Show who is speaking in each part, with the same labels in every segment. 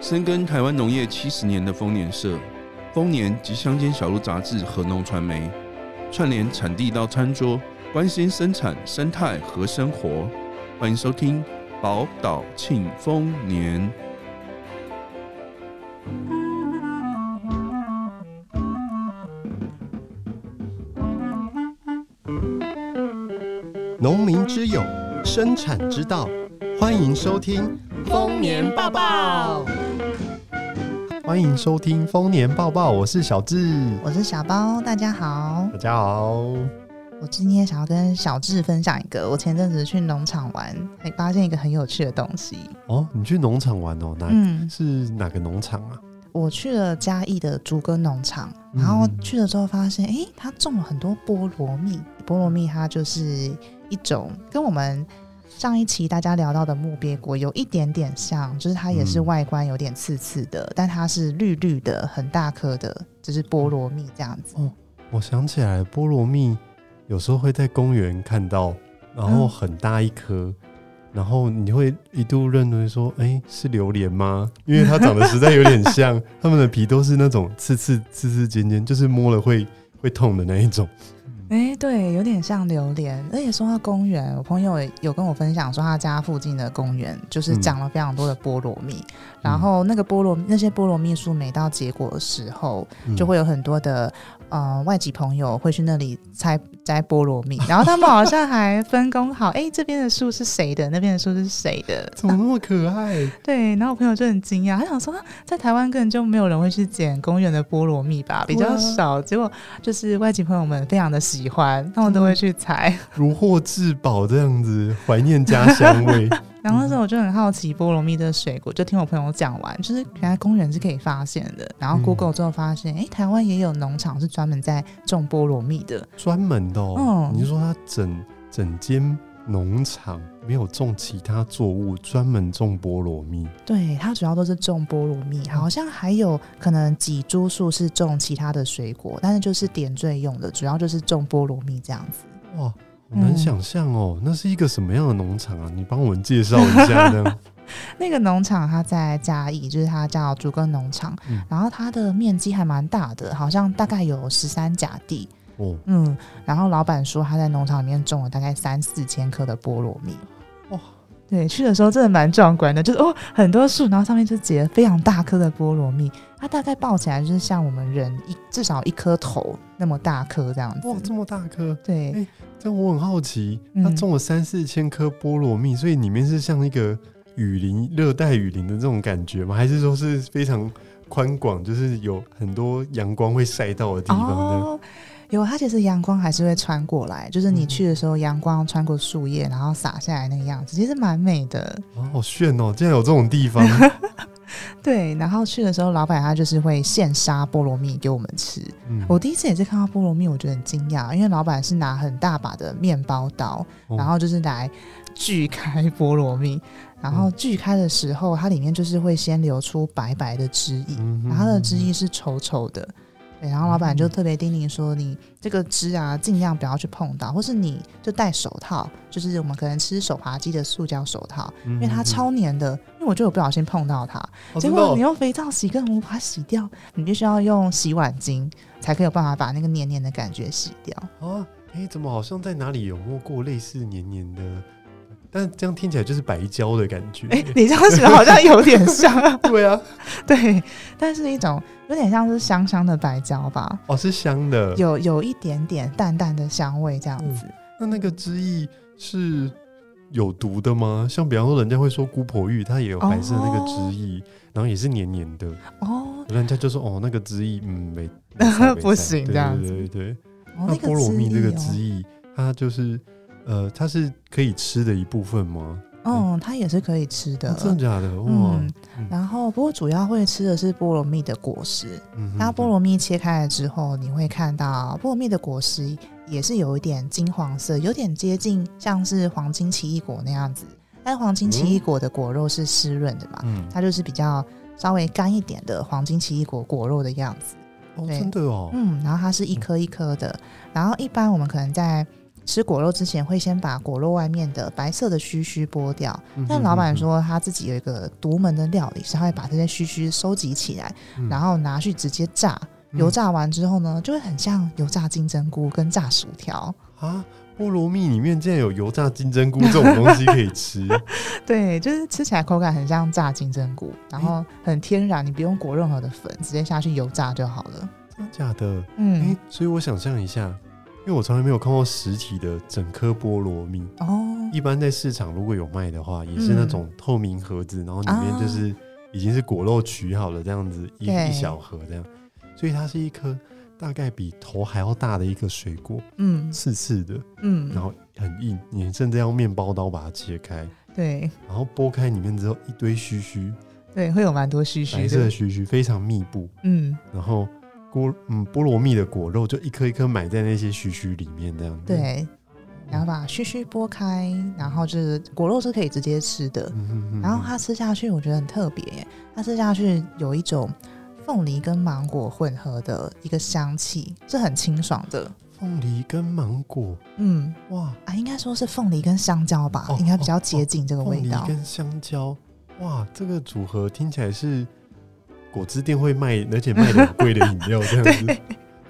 Speaker 1: 深耕台湾农业七十年的丰年社、丰年及乡间小路杂志和农传媒，串联产地到餐桌，关心生产生态和生活。欢迎收听宝岛庆丰年。
Speaker 2: 农民之友，生产之道，欢迎收听，
Speaker 3: 丰年抱抱，
Speaker 2: 欢迎收听丰年抱抱，我是小智，
Speaker 3: 我是小包，大家好。
Speaker 2: 大家好。
Speaker 3: 我今天想要跟小智分享一个，我前阵子去农场玩，还发现一个很有趣的东西。
Speaker 2: 哦，你去农场玩哦？哪、
Speaker 3: 嗯，
Speaker 2: 是哪个农场啊？
Speaker 3: 我去了嘉义的竹根农场，
Speaker 2: 嗯
Speaker 3: 然后去了之后发现，诶，它种了很多菠萝蜜。菠萝蜜它就是一种跟我们上一期大家聊到的木鳖果有一点点像，就是它也是
Speaker 2: 嗯
Speaker 3: 外观有点刺刺的，但它是绿绿的，很大颗的，就是菠萝蜜这样子。
Speaker 2: 我想起来，菠萝蜜有时候会在公园看到，然后
Speaker 3: 嗯
Speaker 2: 很大一颗。然后你会一度认为说，哎，是榴莲吗？因为它长得实在有点 像，它们的皮都是那种刺刺刺刺尖尖，就是摸了会会痛的那一种。
Speaker 3: 哎、对，有点像榴莲。而且说到公园，我朋友也有跟我分享说，他家附近的公园就是
Speaker 2: 嗯
Speaker 3: 长了非常多的菠萝蜜，然后那个菠萝那些菠萝蜜树每到结果的时候，
Speaker 2: 嗯
Speaker 3: 就会有很多的呃外籍朋友会去那里采摘菠萝蜜，然后他们好像还分工好，哎、这边的树是谁的，那边的树是谁的，
Speaker 2: 怎么那么可爱？
Speaker 3: 对。然后我朋友就很惊讶，他想说，啊在台湾根本就没有人会去捡公园的菠萝蜜吧，比
Speaker 2: 对
Speaker 3: 较
Speaker 2: 啊
Speaker 3: 少。结果就是外籍朋友们非常的喜欢，他们都会去采。
Speaker 2: 如获至宝这样子，怀念家乡 味。
Speaker 3: 然后那时候我就很好奇菠萝蜜这个水果，就听我朋友讲完，就是原来公园是可以发现的。然后
Speaker 2: 嗯
Speaker 3: Google 之后发现，哎、台湾也有农场是专门在种菠萝蜜的。
Speaker 2: 专门的哦，
Speaker 3: 嗯
Speaker 2: 你是说它整整间农场没有种其他作物，专门种菠萝蜜？
Speaker 3: 对，它主要都是种菠萝蜜，
Speaker 2: 嗯
Speaker 3: 好像还有可能几株树是种其他的水果，但是就是点缀用的，主要就是种菠萝蜜这样子。
Speaker 2: 哇，好难
Speaker 3: 嗯
Speaker 2: 想象哦，那是一个什么样的农场啊？你帮我们介绍一下这 样。
Speaker 3: 那个农场它在嘉义，就是它叫竹根农场，
Speaker 2: 嗯
Speaker 3: 然后它的面积还蛮大的，好像大概有十三甲地。
Speaker 2: 哦，
Speaker 3: 嗯，然后老板说他在农场里面种了大概三四千棵的菠萝蜜。
Speaker 2: 哇
Speaker 3: 对，去的时候真的蛮壮观的，就是哦，很多树，然后上面就结了非常大颗的菠萝蜜，它大概抱起来就是像我们人一至少一颗头那么大颗这样子。
Speaker 2: 哇，这么大颗！
Speaker 3: 对，
Speaker 2: 这样我很好奇，
Speaker 3: 嗯
Speaker 2: 它种了三四千颗菠萝蜜，所以里面是像一个雨林、热带雨林的这种感觉吗？还是说是非常宽广，就是有很多阳光会晒到的地方这样？
Speaker 3: 哦，有，它其实阳光还是会穿过来，就是你
Speaker 2: 嗯
Speaker 3: 去的时候，阳光穿过树叶，然后洒下来那个样子，其实蛮美的。
Speaker 2: 哦，好炫哦！竟然有这种地方，
Speaker 3: 对，然后去的时候，老板他就是会现杀菠萝蜜给我们吃。
Speaker 2: 嗯
Speaker 3: 我第一次也是看到菠萝蜜，我觉得很惊讶，因为老板是拿很大把的面包刀，
Speaker 2: 哦
Speaker 3: 然后就是来锯开菠萝蜜，然后
Speaker 2: 嗯
Speaker 3: 锯开的时候，它里面就是会先流出白白的汁液，
Speaker 2: 嗯哼
Speaker 3: 然后它的汁液是稠稠的。对，然后老
Speaker 2: 嗯
Speaker 3: 板就特别叮咛说，你这个汁啊，尽量不要去碰到，或是你就戴手套，就是我们可能吃手扒鸡的塑胶手套，因为它超黏的。因为我就有不小心碰到它，
Speaker 2: 嗯哦
Speaker 3: 结
Speaker 2: 真的哦
Speaker 3: 果你用肥皂洗更无法洗掉，你必须要用洗碗巾才可以有办法把那个黏黏的感觉洗掉。
Speaker 2: 啊，哎，怎么好像在哪里有摸过类似黏黏的？但这样听起来就是白胶的感觉。
Speaker 3: 哎、你这样想好像有点像，
Speaker 2: 对啊，
Speaker 3: 对，但是一种有点像是香香的白胶吧，
Speaker 2: 哦，是香 的。
Speaker 3: 有有一点点淡淡的香味这样子。
Speaker 2: 那那个汁液是有毒的吗？像比方说，人家会说姑婆芋，它也有白色的那个汁液，然后也是黏黏的，
Speaker 3: 哦，
Speaker 2: 人家就说哦，那个汁液，嗯，没
Speaker 3: 不行这样
Speaker 2: 子。
Speaker 3: 子
Speaker 2: 对对对对，
Speaker 3: 哦
Speaker 2: 那
Speaker 3: 个
Speaker 2: 菠萝蜜这个汁
Speaker 3: 汁液
Speaker 2: 液，它就是呃，它是可以吃的一部分吗？
Speaker 3: 哦，嗯，它也是可以吃的。
Speaker 2: 哦真的假哦的？哇
Speaker 3: 嗯，，然后不过主要会吃的是菠萝蜜的果实，
Speaker 2: 嗯哼
Speaker 3: 那菠萝蜜切开了之后，你会看到菠萝蜜的果实也是有一点金黄色，有点接近像是黄金奇异果那样子。但黄金奇异果的果肉是湿润的嘛，
Speaker 2: 嗯，
Speaker 3: 它就是比较稍微干一点的黄金奇异果果肉的样子。
Speaker 2: 哦，
Speaker 3: 对
Speaker 2: 真的哦，
Speaker 3: 嗯嗯，然后它是一颗一颗的，然后一般我们可能在吃果肉之前会先把果肉外面的白色的须须剥掉，
Speaker 2: 嗯
Speaker 3: 但老板，说他自己有一个独门的料理，是他会把这些须须收集起来，
Speaker 2: 嗯
Speaker 3: 然后拿去直接炸。
Speaker 2: 嗯
Speaker 3: 油炸完之后呢，就会很像油炸金针菇跟炸薯条。
Speaker 2: 啊，菠萝蜜里面竟然有油炸金针菇这种东西可以 吃，
Speaker 3: 对，就是吃起来口感很像炸金针菇，然后很天然，你不用裹任何的粉，直接下去油炸就好了。
Speaker 2: 真的假的？哎、
Speaker 3: 嗯，
Speaker 2: 所以我想象一下，因为我从来没有看过实体的整颗菠萝蜜。
Speaker 3: 哦，
Speaker 2: 一般在市场如果有卖的话，也是那种透明盒
Speaker 3: 嗯
Speaker 2: 子，然后里面就是已经是果肉取好了这样子一
Speaker 3: 哦对
Speaker 2: 一小盒这样，所以它是一颗大概比头还要大的一个水果，
Speaker 3: 嗯
Speaker 2: 刺刺的，然
Speaker 3: 嗯，
Speaker 2: 后很硬，你甚至要用面包刀把它切开，
Speaker 3: 对
Speaker 2: 然后剥开里面之后一堆须须，
Speaker 3: 对，会有蛮多须须
Speaker 2: 白色的
Speaker 3: 的。
Speaker 2: 须须非常密布，
Speaker 3: 嗯，
Speaker 2: 然后果嗯菠萝蜜的果肉就一颗一颗埋在那些须须里面这样子，
Speaker 3: 对，然后把须须剥开，然后就是果肉是可以直接吃的。
Speaker 2: 嗯哼哼
Speaker 3: 然后
Speaker 2: 哼
Speaker 3: 它吃下去，我觉得很特别耶。它吃下去有一种凤梨跟芒果混合的一个香气，是很清爽的。
Speaker 2: 凤梨跟芒果，
Speaker 3: 嗯，
Speaker 2: 哇。
Speaker 3: 啊，应该说是凤梨跟香蕉吧，
Speaker 2: 哦
Speaker 3: 应该比较接近这个
Speaker 2: 凤
Speaker 3: 味
Speaker 2: 梨
Speaker 3: 道。
Speaker 2: 跟香蕉，哇，这个组合听起来是果汁店会卖，而且卖的很贵的饮料这样 子。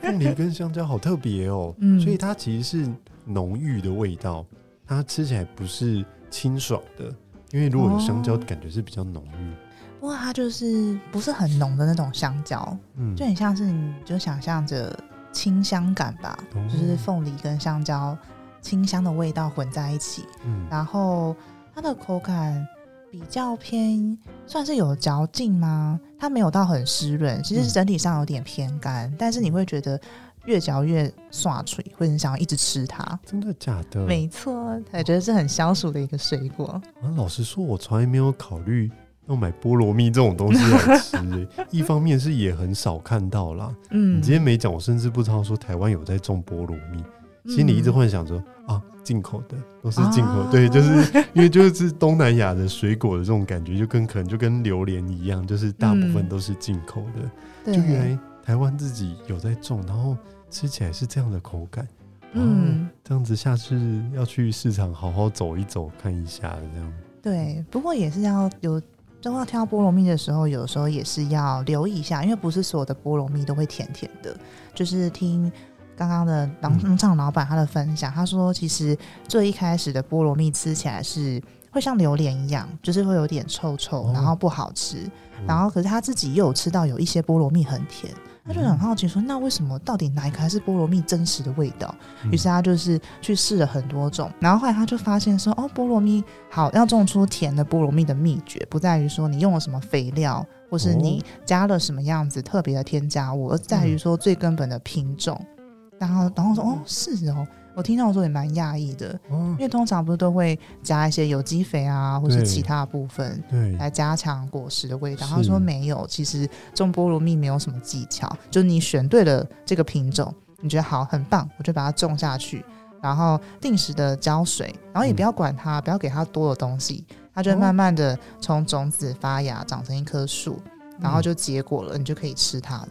Speaker 2: 凤梨跟香蕉好特别哦，
Speaker 3: 嗯
Speaker 2: 所以它其实是浓郁的味道，它吃起来不是清爽的，因为如果有香蕉，
Speaker 3: 哦
Speaker 2: 感觉是比较浓郁。
Speaker 3: 不过它就是不是很浓的那种香蕉，
Speaker 2: 嗯
Speaker 3: 就很像是你就想象着清香感吧，
Speaker 2: 哦
Speaker 3: 就是凤梨跟香蕉清香的味道混在一起。
Speaker 2: 嗯
Speaker 3: 然后它的口感比较偏，算是有嚼劲吗？它没有到很湿润，其实
Speaker 2: 嗯
Speaker 3: 整体上有点偏干，但是你会觉得越嚼越刷嘴，会很想要一直吃它。
Speaker 2: 真的假的？
Speaker 3: 没错，我觉得是很消暑的一个水果。
Speaker 2: 啊，老实说，我从来没有考虑要买菠萝蜜这种东西来 吃、欸一方面是也很少看到啦，
Speaker 3: 嗯，
Speaker 2: 你今天没讲，我甚至不知道说台湾有在种菠萝蜜，心里一直
Speaker 3: 嗯
Speaker 2: 幻想着啊，进口的都是进口，
Speaker 3: 啊
Speaker 2: 对，就是因为就是东南亚的水果的这种感觉，就跟可能就跟榴莲一样，就是大部分
Speaker 3: 嗯
Speaker 2: 都是进口的。
Speaker 3: 对
Speaker 2: 就原来台湾自己有在种，然后吃起来是这样的口感，
Speaker 3: 嗯。
Speaker 2: 这样子下次要去市场好好走一走，看一下这样。
Speaker 3: 对，不过也是要有，就要挑菠萝蜜的时候，有时候也是要留意一下，因为不是所有的菠萝蜜都会甜甜的。就是听刚刚的
Speaker 2: 嗯
Speaker 3: 农农场老板他的分享，他说其实最一开始的菠萝蜜吃起来是。会像榴莲一样，就是会有点臭臭
Speaker 2: 哦，
Speaker 3: 然后不好吃。
Speaker 2: 嗯
Speaker 3: 然后，可是他自己又有吃到有一些菠萝蜜很甜，他就
Speaker 2: 嗯
Speaker 3: 很好奇说，那为什么到底哪一个才是菠萝蜜真实的味道？于是他就是去试了很多种，然后后来他就发现说，哦，菠萝蜜好要种出甜的菠萝蜜的秘诀，不在于说你用了什么肥料，或是你加了什么样子特别的添加物，而在于说最根本的品种。然后，然后说，哦，是哦，我听到的时候也蛮讶异的，
Speaker 2: 哦
Speaker 3: 因，为通常不是都会加一些有机肥啊，或是
Speaker 2: 对
Speaker 3: 其他的部分。
Speaker 2: 对，
Speaker 3: 来加强果实的味道。
Speaker 2: 嗯是
Speaker 3: 他说没有，其实种菠萝蜜没有什么技巧，就你选对了这个品种，你觉得好很棒，我就把它种下去，然后定时的浇水，然后也
Speaker 2: 嗯
Speaker 3: 不要管它，不要给它多的东西，它就会
Speaker 2: 哦
Speaker 3: 慢慢的从种子发芽，长成一棵树，然后
Speaker 2: 嗯
Speaker 3: 就结果了，你就可以吃它了。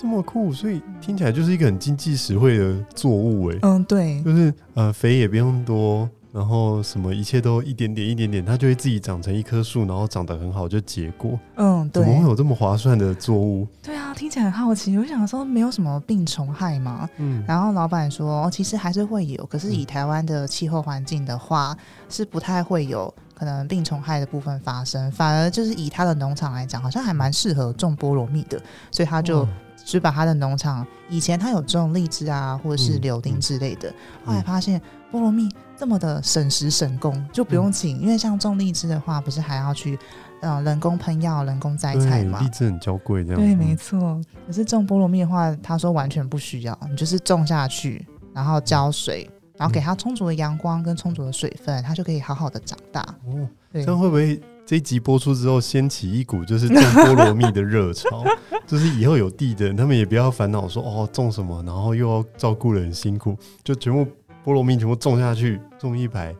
Speaker 2: 这么酷，所以听起来就是一个很经济实惠的作物哎、
Speaker 3: 嗯，对，
Speaker 2: 就是呃肥也不用多，然后什么一切都一点点一点点，它就会自己长成一棵树，然后长得很好就结果。
Speaker 3: 嗯，
Speaker 2: 怎
Speaker 3: 对，
Speaker 2: 么会有这么划算的作物？
Speaker 3: 对啊，听起来很好奇，我想说没有什么病虫害吗？
Speaker 2: 嗯，
Speaker 3: 然后老板说，哦其实还是会有，可是以台湾的气候环境的话，是不太会有可能病虫害的部分发生，反而就是以他的农场来讲，好像还蛮适合种菠萝蜜的，所以他就
Speaker 2: 哇
Speaker 3: 只把他的农场以前他有种荔枝啊，或者是
Speaker 2: 嗯
Speaker 3: 柳
Speaker 2: 嗯
Speaker 3: 丁之类的，后来发现菠萝蜜这么的省时省工，就
Speaker 2: 嗯
Speaker 3: 不用请，因为像种荔枝的话，不是还要去呃人工喷药、人工摘采
Speaker 2: 对
Speaker 3: 嘛，
Speaker 2: 荔枝很娇贵这样。
Speaker 3: 对，没
Speaker 2: 嗯
Speaker 3: 错。可是种菠萝蜜的话，他说完全不需要，你就是种下去，
Speaker 2: 嗯
Speaker 3: 然后浇水，然后给它充足的阳光跟充足的水分，它就可以好好的长大。
Speaker 2: 哦，
Speaker 3: 对
Speaker 2: 这，样会不会这一集播出之后掀起一股就是种菠萝蜜的热潮？就是以后有地的人，他们也不要烦恼说哦种什么，然后又要照顾人很辛苦，就全部菠萝蜜全部种下去，种一排，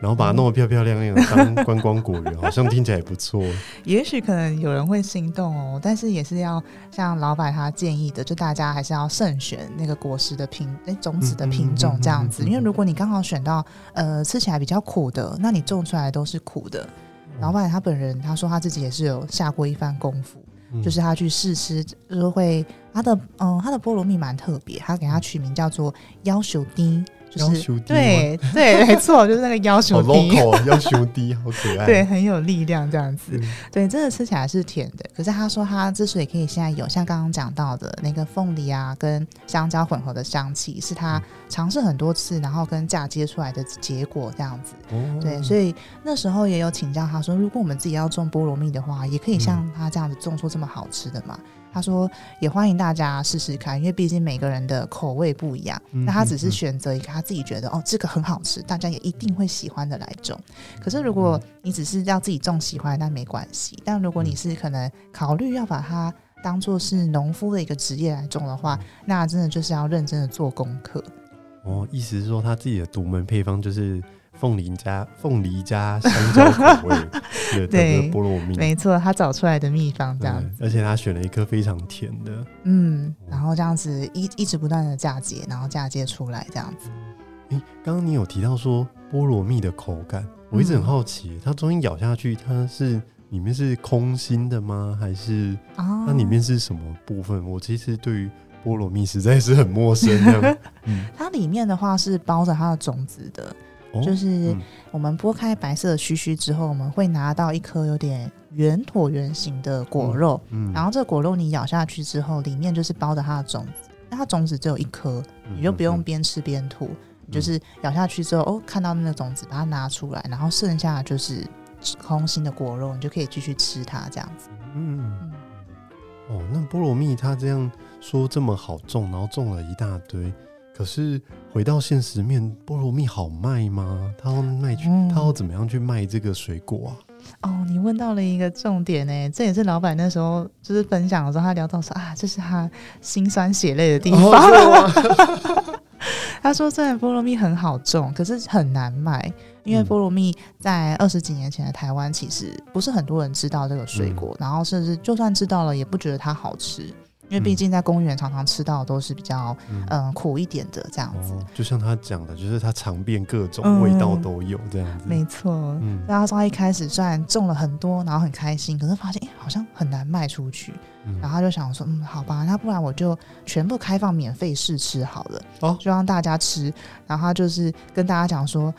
Speaker 2: 然后把它弄得漂漂亮亮的当观光果园，好像听起来也不错。
Speaker 3: 也许可能有人会心动哦，但是也是要像老板他建议的，就大家还是要慎选那个果实的品，哎、种子的品种这样
Speaker 2: 嗯嗯嗯
Speaker 3: 子。
Speaker 2: 嗯嗯
Speaker 3: 因为如果你刚好选到呃吃起来比较苦的，那你种出来都是苦的。
Speaker 2: 嗯
Speaker 3: 老板他本人他说他自己也是有下过一番功夫，
Speaker 2: 嗯
Speaker 3: 就是他去试吃，就是会他的嗯、他的菠萝蜜蛮特别，他给他取名叫做要求低，就
Speaker 2: 要
Speaker 3: 是
Speaker 2: 求低吗
Speaker 3: 对对没错，就是那个要
Speaker 2: 好
Speaker 3: 求低。
Speaker 2: local，要啊求低，好可爱。
Speaker 3: 对，，很有力量这样子。
Speaker 2: 嗯
Speaker 3: 对，真的吃起来是甜的。可是他说他之所以可以现在有像刚刚讲到的那个凤梨啊跟香蕉混合的香气，是
Speaker 2: 嗯
Speaker 3: 他尝试很多次，然后跟嫁接出来的结果这样子。
Speaker 2: 哦
Speaker 3: 对，所以那时候也有请教他说，如果我们自己要种菠萝蜜的话，也可以
Speaker 2: 嗯
Speaker 3: 像他这样子种出这么好吃的嘛。他说也欢迎大家试试看，因为毕竟每个人的口味不一样。
Speaker 2: 嗯
Speaker 3: 那他只是
Speaker 2: 嗯
Speaker 3: 选择一个他自己觉得哦这个很好吃，大家也一定会喜欢的来种。可是如果
Speaker 2: 嗯
Speaker 3: 你只是要自己种喜欢，那没关系。但如果你是可能考虑要把它当做是农夫的一个职业来种的话，那真的就是要认真的做功课。
Speaker 2: 哦，意思是说他自己的独门配方就是凤梨加凤梨加香蕉口 味，对，
Speaker 3: 对
Speaker 2: 整个菠萝蜜，
Speaker 3: 没错，他找出来的秘方这样子
Speaker 2: 嗯。而且他选了一颗非常甜的，
Speaker 3: 嗯，然后这样子一一直不断的嫁接，然后嫁接出来这样子。
Speaker 2: 诶，刚刚你有提到说菠萝蜜的口感，我一直很
Speaker 3: 嗯
Speaker 2: 好奇，它中间咬下去，它是里面是空心的吗？还是
Speaker 3: 啊
Speaker 2: 它里面是什么部分？我其实对于菠萝蜜实在是很陌生，这 样，嗯，
Speaker 3: 它里面的话是包着它的种子的，
Speaker 2: 哦
Speaker 3: 就是
Speaker 2: 嗯
Speaker 3: 我们剥开白色的须须之后，我们会拿到一颗有点圆椭圆形的果肉，
Speaker 2: 嗯
Speaker 3: 然后这个果肉你咬下去之后，里面就是包着它的种子。那它种子只有一颗，
Speaker 2: 嗯
Speaker 3: 你就不用边吃边吐，你就是咬下去之后，哦，看到那个种子，把它拿出来，然后剩下的就是空心的果肉，你就可以继续吃它这样子。
Speaker 2: 嗯，
Speaker 3: 嗯。
Speaker 2: 哦，那菠萝蜜它这样说这么好种，然后种了一大堆，可是回到现实面，菠萝蜜好卖吗？它要卖去，
Speaker 3: 嗯
Speaker 2: 它要怎么样去卖这个水果啊？
Speaker 3: 哦，你问到了一个重点呢，这也是老板那时候就是分享的时候，他聊到说啊，这是他心酸血泪的地方。
Speaker 2: 哦
Speaker 3: 他说，虽然菠萝蜜很好种，可是很难卖，因为
Speaker 2: 嗯
Speaker 3: 菠萝蜜在二十几年前的台湾其实不是很多人知道这个水果，
Speaker 2: 嗯
Speaker 3: 然后甚至就算知道了，也不觉得它好吃，因为毕
Speaker 2: 嗯
Speaker 3: 竟在公园常常吃到的都是比较
Speaker 2: 嗯
Speaker 3: 嗯、呃苦一点的这样子。
Speaker 2: 哦，就像他讲的，就是他尝遍各种味道
Speaker 3: 嗯
Speaker 2: 都有这样子。
Speaker 3: 没错，
Speaker 2: 嗯
Speaker 3: 大家说他啊一开始虽然种了很多，然后很开心，可是发现、诶好像很难卖出去，
Speaker 2: 嗯
Speaker 3: 然后他就想说，嗯，好吧，那不然我就全部开放免费试吃好了，
Speaker 2: 哦
Speaker 3: 就让大家吃。然后他就是跟大家讲说，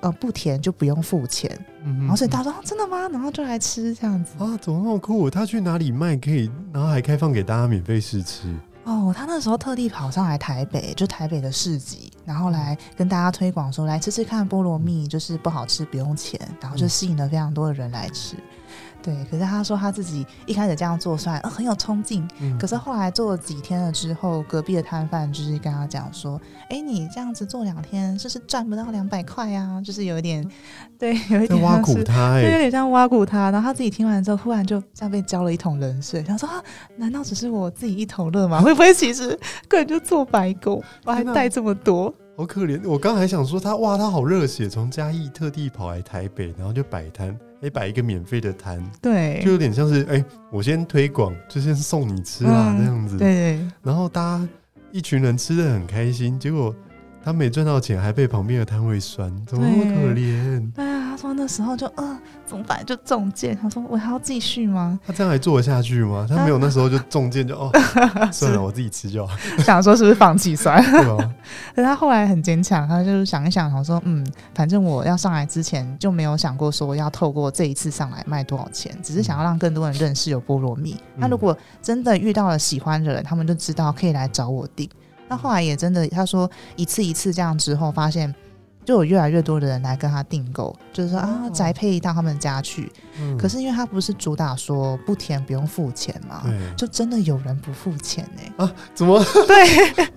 Speaker 3: 呃，不甜就不用付钱。
Speaker 2: 嗯
Speaker 3: 然后所以大家说、啊真的吗？然后就来吃这样子。
Speaker 2: 啊，怎么那么酷？他去哪里卖可以，然后还开放给大家免费试吃？
Speaker 3: 哦，他那时候特地跑上来台北，就台北的市集，然
Speaker 2: 嗯
Speaker 3: 后来跟大家推广说，来吃吃看菠萝蜜，就是不好吃不用钱，然后就
Speaker 2: 嗯
Speaker 3: 吸引了非常多的人来吃。对，可是他说他自己一开始这样做出来，呃，很有冲劲。
Speaker 2: 嗯
Speaker 3: 可是后来做了几天了之后，隔壁的摊贩就是跟他讲说：“哎、你这样子做两天，就是赚不到两百块啊，就是有一点，对，有一
Speaker 2: 在
Speaker 3: 点
Speaker 2: 挖
Speaker 3: 像
Speaker 2: 苦
Speaker 3: 是
Speaker 2: 他
Speaker 3: 对，有
Speaker 2: 哎、
Speaker 3: 点像挖苦他。然后他自己听完之后，忽然就这样被浇了一桶冷水，想说、啊：难道只是我自己一头热吗？会不会其实根本就做白工，我还
Speaker 2: 天哪
Speaker 3: 带这么多？
Speaker 2: 好可怜。我刚还想说他哇，他好热血，从嘉义特地跑来台北，然后就摆摊，哎、摆一个免费的摊，
Speaker 3: 对，
Speaker 2: 就有点像是哎、我先推广，就先送你吃啦、
Speaker 3: 嗯
Speaker 2: 这样子。
Speaker 3: 对对
Speaker 2: 然后大家一群人吃的很开心，结果他没赚到钱，还被旁边的摊位酸，怎么那么
Speaker 3: 对
Speaker 2: 可怜？
Speaker 3: 对啊！他说那时候就嗯、呃，怎么办？就中箭。他说我还要继续吗？
Speaker 2: 他这样还做得下去吗？他没有那时候就中箭就 哦，算了，我自己吃就好，
Speaker 3: 想说是不是放弃算
Speaker 2: 对
Speaker 3: 了？
Speaker 2: 吧？
Speaker 3: 可是他后来很坚强，他就是想一想，想说，嗯，反正我要上来之前就没有想过说要透过这一次上来卖多少钱，只是想要让更多人认识有菠萝蜜。
Speaker 2: 嗯
Speaker 3: 那如果真的遇到了喜欢的人，他们就知道可以来找我订。那后来也真的，他说一次一次这样之后，发现就有越来越多的人来跟他订购，就是说啊，
Speaker 2: 哦
Speaker 3: 宅配到他们家去。
Speaker 2: 嗯
Speaker 3: 可是因为他不是主打说不甜不用付钱嘛，
Speaker 2: 对，
Speaker 3: 就真的有人不付钱呢、
Speaker 2: 怎么
Speaker 3: 对，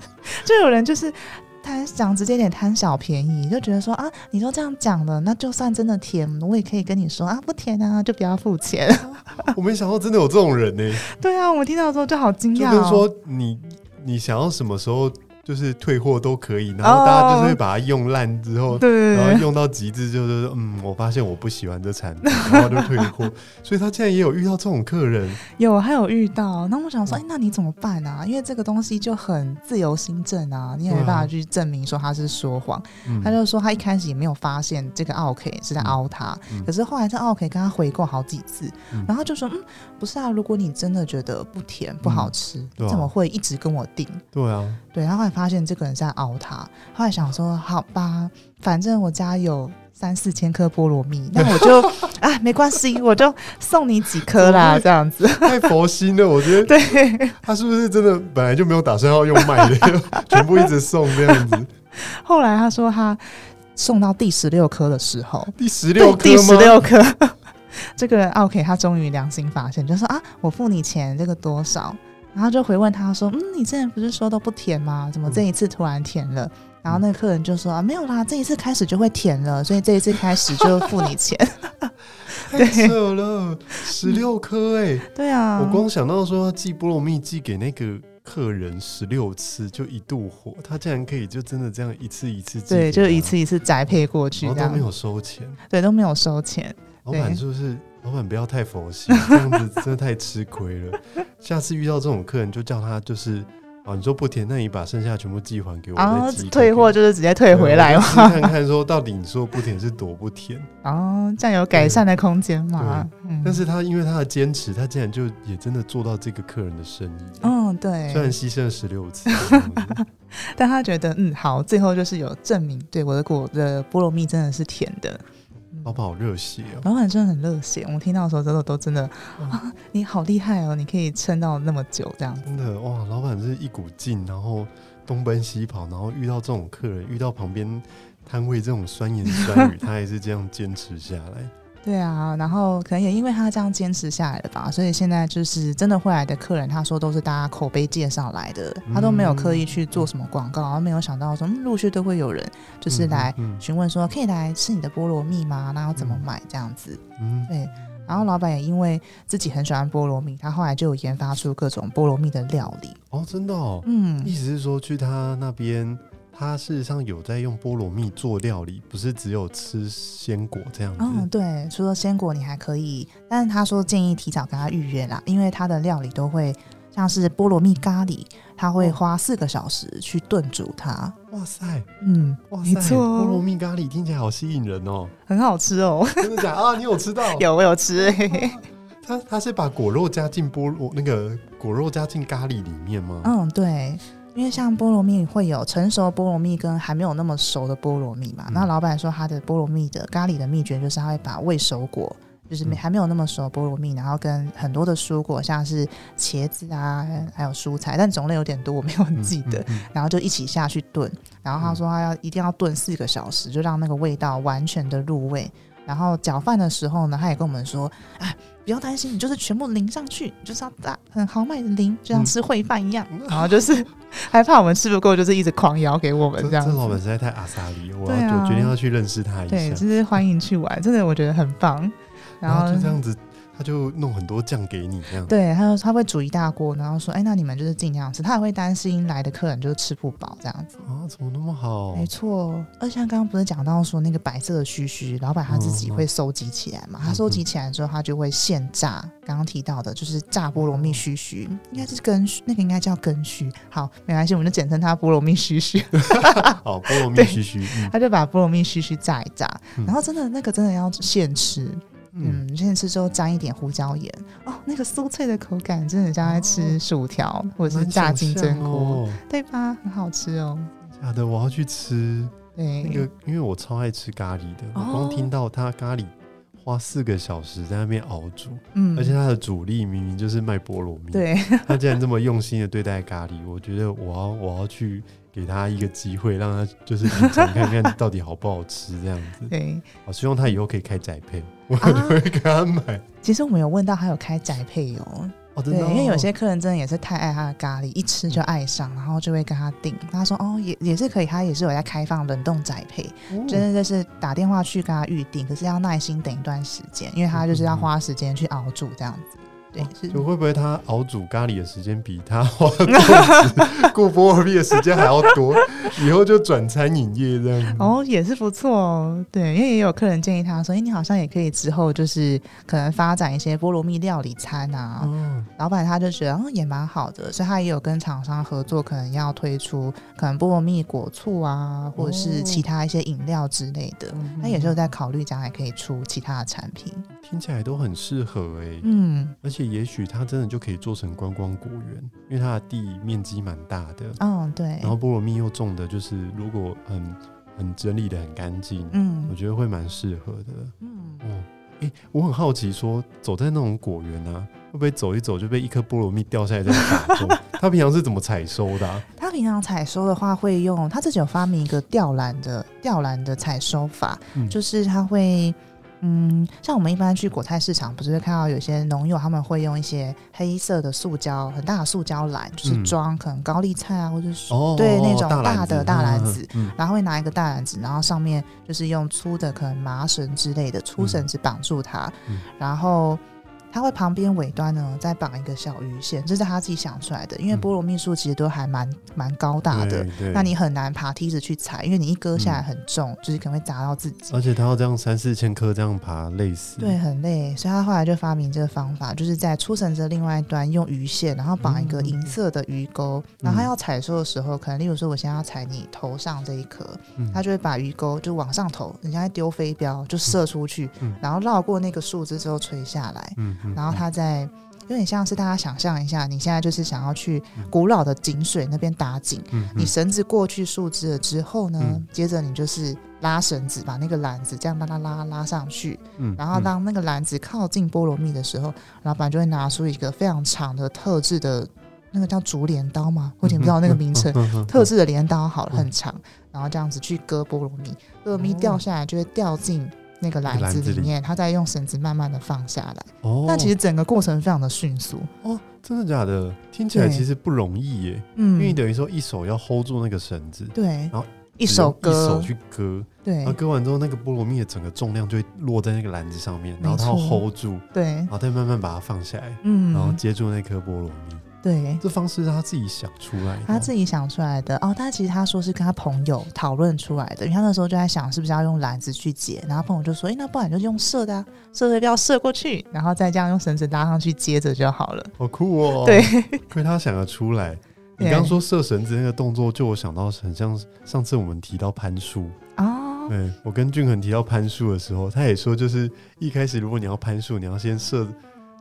Speaker 3: 就有人就是贪讲直接点贪小便宜，就觉得说啊，你都这样讲了，那就算真的甜，我也可以跟你说啊，不甜啊，就不要付钱。
Speaker 2: 我没想到真的有这种人呢？
Speaker 3: 对啊，我们听到之后就好惊
Speaker 2: 就
Speaker 3: 讶、
Speaker 2: 跟
Speaker 3: 哦。
Speaker 2: 说你你想要什么时候就是退货都可以，然后大家就是会把它用烂之后，
Speaker 3: 对
Speaker 2: 然后用到极致就是说嗯，我发现我不喜欢这产品，然后就退 货。所以他竟然也有遇到这种客人，
Speaker 3: 有还有遇到，那我想说，哎、那你怎么办啊？因为这个东西就很自由新政啊，你也没办法去证明说他是说谎。
Speaker 2: 嗯
Speaker 3: 他就说他一开始也没有发现这个奥 K 是在凹他，
Speaker 2: 嗯
Speaker 3: 可是后来这奥 K 跟他回购好几次，
Speaker 2: 嗯
Speaker 3: 然后就说嗯，不是啊，如果你真的觉得不甜不好吃，
Speaker 2: 对啊
Speaker 3: 你怎么会一直跟我订？
Speaker 2: 对啊，
Speaker 3: 对，然后后来发现这个人在熬他，后来想说好吧，反正我家有。三四千颗菠萝蜜，那我 就啊，没关系，我就送你几颗啦，这样子。
Speaker 2: 太佛心了。我觉得
Speaker 3: 对，
Speaker 2: 他是不是真的本来就没有打算要用卖 的，全部一直送这样子？
Speaker 3: 后来他说他送到第十六颗的时候，
Speaker 2: 第十六颗
Speaker 3: 对第
Speaker 2: 吗？
Speaker 3: 十六颗。 这个人啊 OK，他终于良心发现，就说啊，我付你钱，这个多少？然后就回问他说，嗯，你之前不是说都不甜吗？
Speaker 2: 嗯
Speaker 3: 怎么这一次突然甜了？然后那个客人就说啊，没有啦，这一次开始就会甜了，所以这一次开始就付 你钱。
Speaker 2: 太扯了，十 六颗哎！
Speaker 3: 对啊，
Speaker 2: 我光想到说寄菠萝蜜寄给那个客人十六次，就一度火，他竟然可以就真的这样一次一次寄给
Speaker 3: 对，
Speaker 2: 他
Speaker 3: 就一，次一次宅配过去
Speaker 2: 然
Speaker 3: 这
Speaker 2: 哦后都没
Speaker 3: 样，
Speaker 2: 有收钱。
Speaker 3: 对，都没有收钱。
Speaker 2: 老板
Speaker 3: 对
Speaker 2: 是不是？老板不要太佛心，这样子真的太吃亏了。下次遇到这种客人，就叫他就是啊，你说不甜，那你把剩下全部寄还给我，
Speaker 3: 然
Speaker 2: 我
Speaker 3: 后
Speaker 2: 再寄一颗
Speaker 3: 哦退货
Speaker 2: 给
Speaker 3: 就是直接退
Speaker 2: 你
Speaker 3: 回来
Speaker 2: 对
Speaker 3: 嘛。
Speaker 2: 我就试看看说到底你说不甜是多不甜。
Speaker 3: 哦，这样有改善的空间嘛？嗯
Speaker 2: 啊但是他因为他的坚持，他竟然就也真的做到这个客人的生意。
Speaker 3: 嗯，
Speaker 2: 虽
Speaker 3: 对
Speaker 2: 然，牺牲了十六 次，这样子
Speaker 3: 但他觉得嗯好，最后就是有证明，对我的果的菠萝蜜真的是甜的。
Speaker 2: 老板好热血哦、
Speaker 3: 老板真的很热血，我们听到的时候真的都真的啊，你好厉害哦，你可以撑到那么久这样。
Speaker 2: 真的哇！老板是一股劲，然后东奔西跑，然后遇到这种客人，遇到旁边摊位这种酸言酸 语，他还是这样坚持下来。
Speaker 3: 对啊，然后可能也因为他这样坚持下来了吧，所以现在就是真的会来的客人，他说都是大家口碑介绍来的，他都没有刻意去做什么广告，然后没有想到说嗯陆续都会有人就是来
Speaker 2: 嗯，
Speaker 3: 询问说可以来吃你的菠萝蜜吗？然后怎么买这样子。
Speaker 2: 嗯嗯
Speaker 3: 对，然后老板也因为自己很喜欢菠萝蜜，他后来就有研发出各种菠萝蜜的料理。
Speaker 2: 哦，真的哦，
Speaker 3: 嗯，
Speaker 2: 意思是说去他那边，他事实上有在用菠萝蜜做料理，不是只有吃鲜果这样子。
Speaker 3: 哦，对，除了鲜果，你还可以，但是他说建议提早跟他预约啦，因为他的料理都会像是菠萝蜜咖喱，他会花四个小时去炖煮它。
Speaker 2: 哇塞，
Speaker 3: 嗯，
Speaker 2: 哇
Speaker 3: 没
Speaker 2: 塞，
Speaker 3: 错
Speaker 2: 菠
Speaker 3: 哦
Speaker 2: 萝蜜咖喱听起来好吸引人 哦！
Speaker 3: 很好吃哦，
Speaker 2: 真的假的啊？你有吃到？
Speaker 3: 有我有吃、嘿嘿
Speaker 2: 他他是把果肉加进菠萝那个果肉加进咖喱里面吗？
Speaker 3: 嗯，对，因为像菠萝蜜会有成熟菠萝蜜跟还没有那么熟的菠萝蜜嘛。
Speaker 2: 嗯
Speaker 3: 那老板说他的菠萝蜜的咖喱的秘诀就是他会把未熟果，就是
Speaker 2: 嗯
Speaker 3: 没还没有那么熟的菠萝蜜，然后跟很多的蔬果，像是茄子啊，还有蔬菜，但种类有点多，我没有很
Speaker 2: 嗯
Speaker 3: 记得。
Speaker 2: 嗯嗯
Speaker 3: 然后就一起下去炖，然后他说他要一定要炖四个小时，就让那个味道完全的入味。然后搅饭的时候呢，他也跟我们说，哎，不要担心，你就是全部淋上去，就是要大很豪迈的淋，
Speaker 2: 嗯
Speaker 3: 就像吃烩饭一样。 然后就是还怕我们吃不够，就是一直狂摇给我们
Speaker 2: 这
Speaker 3: 这样
Speaker 2: 这老
Speaker 3: 子。
Speaker 2: 板实在太阿萨里，我
Speaker 3: 对
Speaker 2: 要
Speaker 3: 啊
Speaker 2: 我决定要去认识他一
Speaker 3: 对，
Speaker 2: 下。
Speaker 3: 就是欢迎去玩，真的我觉得很棒。然
Speaker 2: 然
Speaker 3: 后
Speaker 2: 后就这样子，他就弄很多酱给你这样。
Speaker 3: 对，他就他会煮一大锅，然后说，哎，那你们就是尽量吃。他也会担心来的客人就是吃不饱这样子。
Speaker 2: 啊，怎么那么好？
Speaker 3: 没错，而且像刚刚不是讲到说那个白色的须须，老板他自己会收集起来嘛？
Speaker 2: 嗯
Speaker 3: 他收集起来之后，他就会现炸。刚刚提到的就是炸菠萝蜜须须，应该是根须，那个应该叫根须。好，没关系，我们就简称它菠萝蜜须须。
Speaker 2: 好，菠萝蜜
Speaker 3: 对
Speaker 2: 须须，
Speaker 3: 他就把菠萝蜜须须炸一炸，
Speaker 2: 嗯
Speaker 3: 然后真的那个真的要现吃，
Speaker 2: 嗯
Speaker 3: 嗯，现吃之后沾一点胡椒盐，哦，那个酥脆的口感真的像在吃薯条或
Speaker 2: 嗯，
Speaker 3: 者是
Speaker 2: 蛮
Speaker 3: 炸
Speaker 2: 想
Speaker 3: 金针
Speaker 2: 象
Speaker 3: 菇，
Speaker 2: 哦。
Speaker 3: 对吧？很好吃哦。
Speaker 2: 假的，我要去吃
Speaker 3: 对，
Speaker 2: 那个，因为我超爱吃咖喱的。我
Speaker 3: 哦
Speaker 2: 光听到他咖喱花四个小时在那边熬煮，
Speaker 3: 嗯
Speaker 2: 而且他的主力明明就是卖菠萝蜜，
Speaker 3: 对，
Speaker 2: 他既然这么用心的对待咖喱，我觉得我要我要去给他一个机会，让他就是品尝看看到底好不好吃这样子。
Speaker 3: 对。
Speaker 2: 我希望他以后可以开宅配，我
Speaker 3: 啊
Speaker 2: 就会给他买。
Speaker 3: 其实我们有问到还有开宅配哦，
Speaker 2: 哦，真
Speaker 3: 对，
Speaker 2: 的哦、
Speaker 3: 因为有些客人真的也是太爱他的咖喱，一吃就爱上，然后就会跟他订。他说哦，也也是可以，他也是有在开放冷冻宅配，
Speaker 2: 哦
Speaker 3: 真的就是打电话去跟他预定，可是要耐心等一段时间，因为他就是要花时间去熬煮这样子。对，是
Speaker 2: 嗯哦就会不会他熬煮咖喱的时间比他花 粽子顾波尔币的时间还要多？以后就转餐饮业这样。
Speaker 3: 哦，也是不错哦。对，因为也有客人建议他说：“哎、你好像也可以之后就是可能发展一些菠萝蜜料理餐啊。
Speaker 2: 哦，
Speaker 3: 老板他就觉得，嗯，也蛮好的，所以他也有跟厂商合作，可能要推出可能菠萝蜜果醋啊，或者是
Speaker 2: 哦
Speaker 3: 其他一些饮料之类的。
Speaker 2: 嗯
Speaker 3: 他也是有在考虑将来可以出其他的产品。
Speaker 2: 听起来都很适合哎、
Speaker 3: 嗯，
Speaker 2: 而且也许它真的就可以做成观光果园，因为它的地面积蛮大的，
Speaker 3: 嗯，对
Speaker 2: 然，后菠萝蜜又种的，就是如果很很整理的很干净，我
Speaker 3: 嗯
Speaker 2: 觉得会蛮适合的。
Speaker 3: 嗯，
Speaker 2: 哦，诶，我很好奇说走在那种果园啊，会不会走一走就被一颗菠萝蜜掉下来这样打中？ 它平常是怎么采收的、啊？
Speaker 3: 他平常采收的话，会用他自己有发明一个吊篮的吊篮的采收法，
Speaker 2: 嗯
Speaker 3: 就是他会。嗯，像我们一般去果菜市场，不是会看到有些农友他们会用一些黑色的塑胶很大的塑胶篮，就是
Speaker 2: 嗯
Speaker 3: 装可能高丽菜啊，或者是
Speaker 2: 哦
Speaker 3: 对那种
Speaker 2: 篮
Speaker 3: 大的
Speaker 2: 子
Speaker 3: 大
Speaker 2: 嗯
Speaker 3: 篮子
Speaker 2: 嗯
Speaker 3: 然后会拿一个大篮子，然后上面就是用粗的可能麻绳之类的粗绳子绑住它，
Speaker 2: 嗯
Speaker 3: 然后它会旁边尾端呢再绑一个小鱼线，这是他自己想出来的。因为
Speaker 2: 嗯
Speaker 3: 菠萝蜜树其实都还蛮蛮高大的，，
Speaker 2: 对嗯
Speaker 3: 那你很难爬梯子去踩，因为你一割下来很重，就是可能会砸到自己。
Speaker 2: 而且它要这样三四千颗这样爬，累死。
Speaker 3: 对，，很累，所以他后来就发明这个方法，就是在粗绳子的另外一端用鱼线，然后绑一个
Speaker 2: 嗯
Speaker 3: 银色的鱼钩，然后他要采收的时候，可能例如说我现在要采你头上这一颗，
Speaker 2: 嗯
Speaker 3: 他就会把鱼钩就往上投，人家在丢飞镖就射出去，
Speaker 2: 嗯
Speaker 3: 然后绕过那个树枝之后垂下来，
Speaker 2: 嗯嗯
Speaker 3: 然后它再有点像是大家想象一下，你现在就是想要去古老的井水那边打井，
Speaker 2: 嗯
Speaker 3: 你绳子过去树枝了之后呢，
Speaker 2: 嗯
Speaker 3: 接着你就是拉绳子把那个篮子这样拉拉拉拉上去，
Speaker 2: 嗯
Speaker 3: 然后当那个篮子靠近菠萝蜜的时候，老板就会拿出一个非常长的特制的那个叫竹镰刀吗？我有点不知道那个名称。特制的镰刀好了，
Speaker 2: 嗯哦
Speaker 3: 很长，然后这样子去割菠萝蜜，菠萝蜜掉下来就会掉进那个篮
Speaker 2: 篮
Speaker 3: 子
Speaker 2: 子
Speaker 3: 里
Speaker 2: 里
Speaker 3: 面，它再用绳子慢慢的放下来。
Speaker 2: 哦，
Speaker 3: 但其实整个过程非常的迅速，
Speaker 2: 哦，真的假的？听起来
Speaker 3: 对
Speaker 2: 其实不容易耶，因为你
Speaker 3: 嗯，
Speaker 2: 等于说一手要 hold 住那个绳子，
Speaker 3: 对
Speaker 2: 然后，
Speaker 3: 一首
Speaker 2: 一手
Speaker 3: 歌，
Speaker 2: 去割，
Speaker 3: 对
Speaker 2: 然后割完之后，那个菠萝蜜的整个重量就会落在那个篮子上面，然后它要
Speaker 3: 没错
Speaker 2: hold 住，
Speaker 3: 对
Speaker 2: 然，后再慢慢把它放下来，然后
Speaker 3: 嗯，
Speaker 2: 接住那颗菠萝蜜。
Speaker 3: 对。啊
Speaker 2: 这方式是他自己想出来的，
Speaker 3: 他自己想出来的哦，他其实他说是跟他朋友讨论出来的，因为他那时候就在想是不是要用篮子去解，然后朋友就说，诶，那不然就用射的、啊，射飞镖射过去，然后再这样用绳子拉上去接着就好了。
Speaker 2: 好酷哦！
Speaker 3: 对，
Speaker 2: 亏他想得出来。你
Speaker 3: 对
Speaker 2: 刚刚说射绳子那个动作，就我想到很像上次我们提到攀树，
Speaker 3: 哦，
Speaker 2: 对我跟俊恒提到攀树的时候，他也说，就是一开始如果你要攀树，你要先射，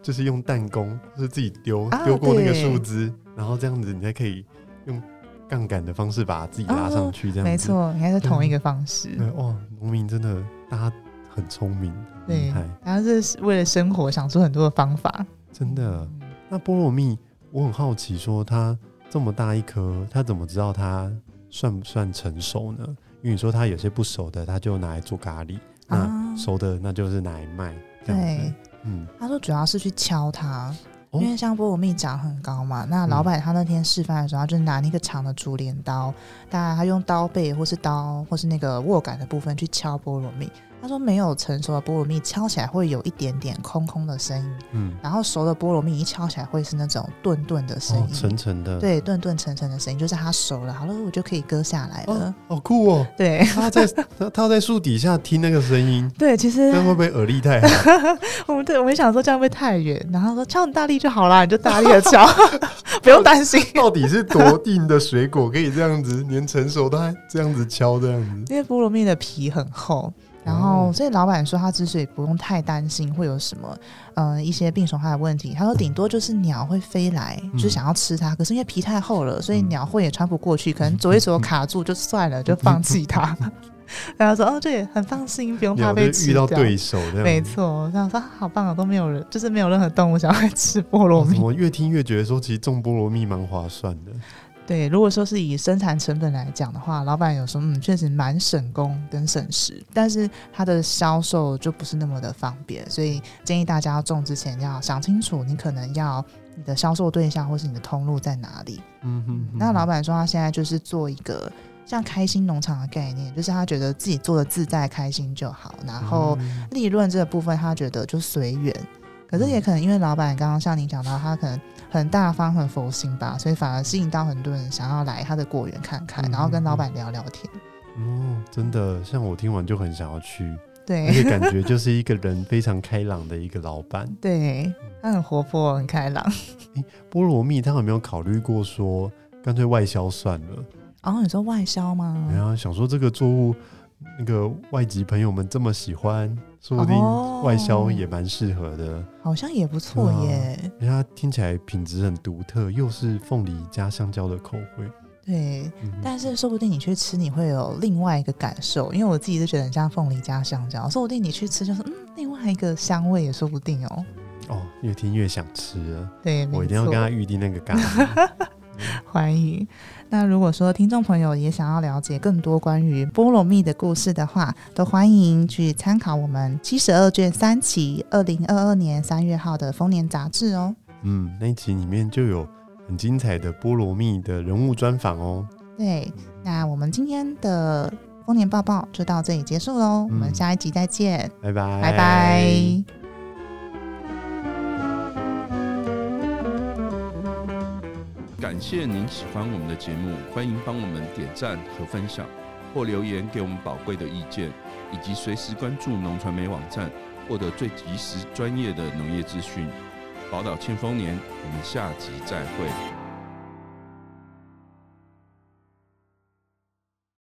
Speaker 2: 就是用弹弓，就是自己丢
Speaker 3: 啊
Speaker 2: 丢过那个
Speaker 3: 对
Speaker 2: 树枝，然后这样子你才可以用杠杆的方式把自己拉上去，这样子。
Speaker 3: 哦没错，应该是同一个方式。
Speaker 2: 对，哇，农民真的大家很聪明，很厉
Speaker 3: 对
Speaker 2: 害，，
Speaker 3: 然后这是为了生活想出很多的方法。
Speaker 2: 真的。那菠萝蜜，我很好奇，说它这么大一颗，它怎么知道它算不算成熟呢？因为你说它有些不熟的，它就拿来做咖喱；那
Speaker 3: 啊
Speaker 2: 熟的，那就是拿来卖。这样子
Speaker 3: 对，，
Speaker 2: 嗯，
Speaker 3: 他说主要是去敲它，
Speaker 2: 哦嗯
Speaker 3: 因为像菠萝蜜长很高嘛。那老板他那天示范的时候，他就拿那个长的竹镰刀，当然他用刀背或是刀或是那个握杆的部分去敲菠萝蜜。他说没有成熟的菠萝蜜敲起来会有一点点空空的声音，
Speaker 2: 嗯，
Speaker 3: 然后熟的菠萝蜜一敲起来会是那种顿顿的声
Speaker 2: 哦，
Speaker 3: 音，
Speaker 2: 沉沉的，，
Speaker 3: 对，顿顿沉沉的声音，就是它熟了，好了，我就可以割下来了。
Speaker 2: 哦，好酷哦！
Speaker 3: 对，
Speaker 2: 它在它它在树底下听那个声音，
Speaker 3: 对，啊其实
Speaker 2: 那会不会耳力太好？
Speaker 3: 我们对我们想说这样会不会太远，然后他说敲很大力就好啦，你就大力的敲， 不用担心。
Speaker 2: 到底是多硬的水果可以这样子，连成熟都还这样子敲这样子？
Speaker 3: 因为菠萝蜜的皮很厚，然后、
Speaker 2: 哦
Speaker 3: 所以老板说他之所以不用太担心会有什么嗯、呃一些病虫害的问题，他说顶多就是鸟会飞来，就是
Speaker 2: 嗯
Speaker 3: 想要吃它，可是因为皮太厚了，所以
Speaker 2: 嗯
Speaker 3: 鸟会也穿不过去，可能走一走卡住就算了，就放弃它。 然后说哦，对，很放心，不用怕
Speaker 2: 鸟就
Speaker 3: 被吃
Speaker 2: 遇到
Speaker 3: 掉
Speaker 2: 对手这样子，
Speaker 3: 没错，我想说、啊、好棒啊，都没有人，就是没有任何动物想要吃菠萝蜜。
Speaker 2: 哦我越听越觉得说，其实种菠萝蜜蛮划算的。
Speaker 3: 对，如果说是以生产成本来讲的话，老板有时候嗯确实蛮省工跟省时，但是它的销售就不是那么的方便，所以建议大家要种之前要想清楚，你可能要你的销售对象或是你的通路在哪里。
Speaker 2: 嗯哼哼
Speaker 3: 那老板说他现在就是做一个像开心农场的概念，就是他觉得自己做的自在开心就好，然后
Speaker 2: 嗯
Speaker 3: 利润这个部分他觉得就随缘。可是也可能因为老板刚刚像你讲到，他可能很大方、很佛心吧，所以反而吸引到很多人想要来他的果园看看，然后跟
Speaker 2: 嗯
Speaker 3: 老板聊聊天。
Speaker 2: 哦，真的，像我听完就很想要去，而且
Speaker 3: 嗯对
Speaker 2: 感觉就是一个人非常开朗的一个老板。嗯
Speaker 3: 对，他很活泼，很开朗。
Speaker 2: 菠萝蜜，他有没有考虑过说干脆外销算了？
Speaker 3: 然后哦你说外销吗？
Speaker 2: 然后想说这个作物，那个外籍朋友们这么喜欢，说不
Speaker 3: 哦
Speaker 2: 定外销也蛮适合的。
Speaker 3: 好像也不错
Speaker 2: 啊
Speaker 3: 耶。
Speaker 2: 人家听起来品质很独特，又是凤梨加香蕉的口味。
Speaker 3: 对，
Speaker 2: 嗯
Speaker 3: 但是说不定你去吃，你会有另外一个感受，因为我自己是觉得很像凤梨加香蕉，说不定你去吃就是嗯，另外一个香味也说不定哦。
Speaker 2: 哦，越听越想吃了，
Speaker 3: 对，
Speaker 2: 我
Speaker 3: 没
Speaker 2: 一定要
Speaker 3: 错
Speaker 2: 跟他预定那个咖喱。
Speaker 3: 欢迎。那如果说听众朋友也想要了解更多关于菠萝蜜的故事的话，都欢迎去参考我们七十二卷三期二零二二年三月号的丰年杂志哦。
Speaker 2: 嗯，那一集里面就有很精彩的菠萝蜜的人物专访哦。
Speaker 3: 对，那我们今天的丰年报报就到这里结束喽，我们
Speaker 2: 嗯
Speaker 3: 下一集再见，
Speaker 2: 拜拜，
Speaker 3: 拜拜。
Speaker 1: 感谢您喜欢我们的节目，欢迎帮我们点赞和分享，或留言给我们宝贵的意见，以及随时关注农传媒网站，获得最及时专业的农业资讯。宝岛庆丰年，我们下集再会。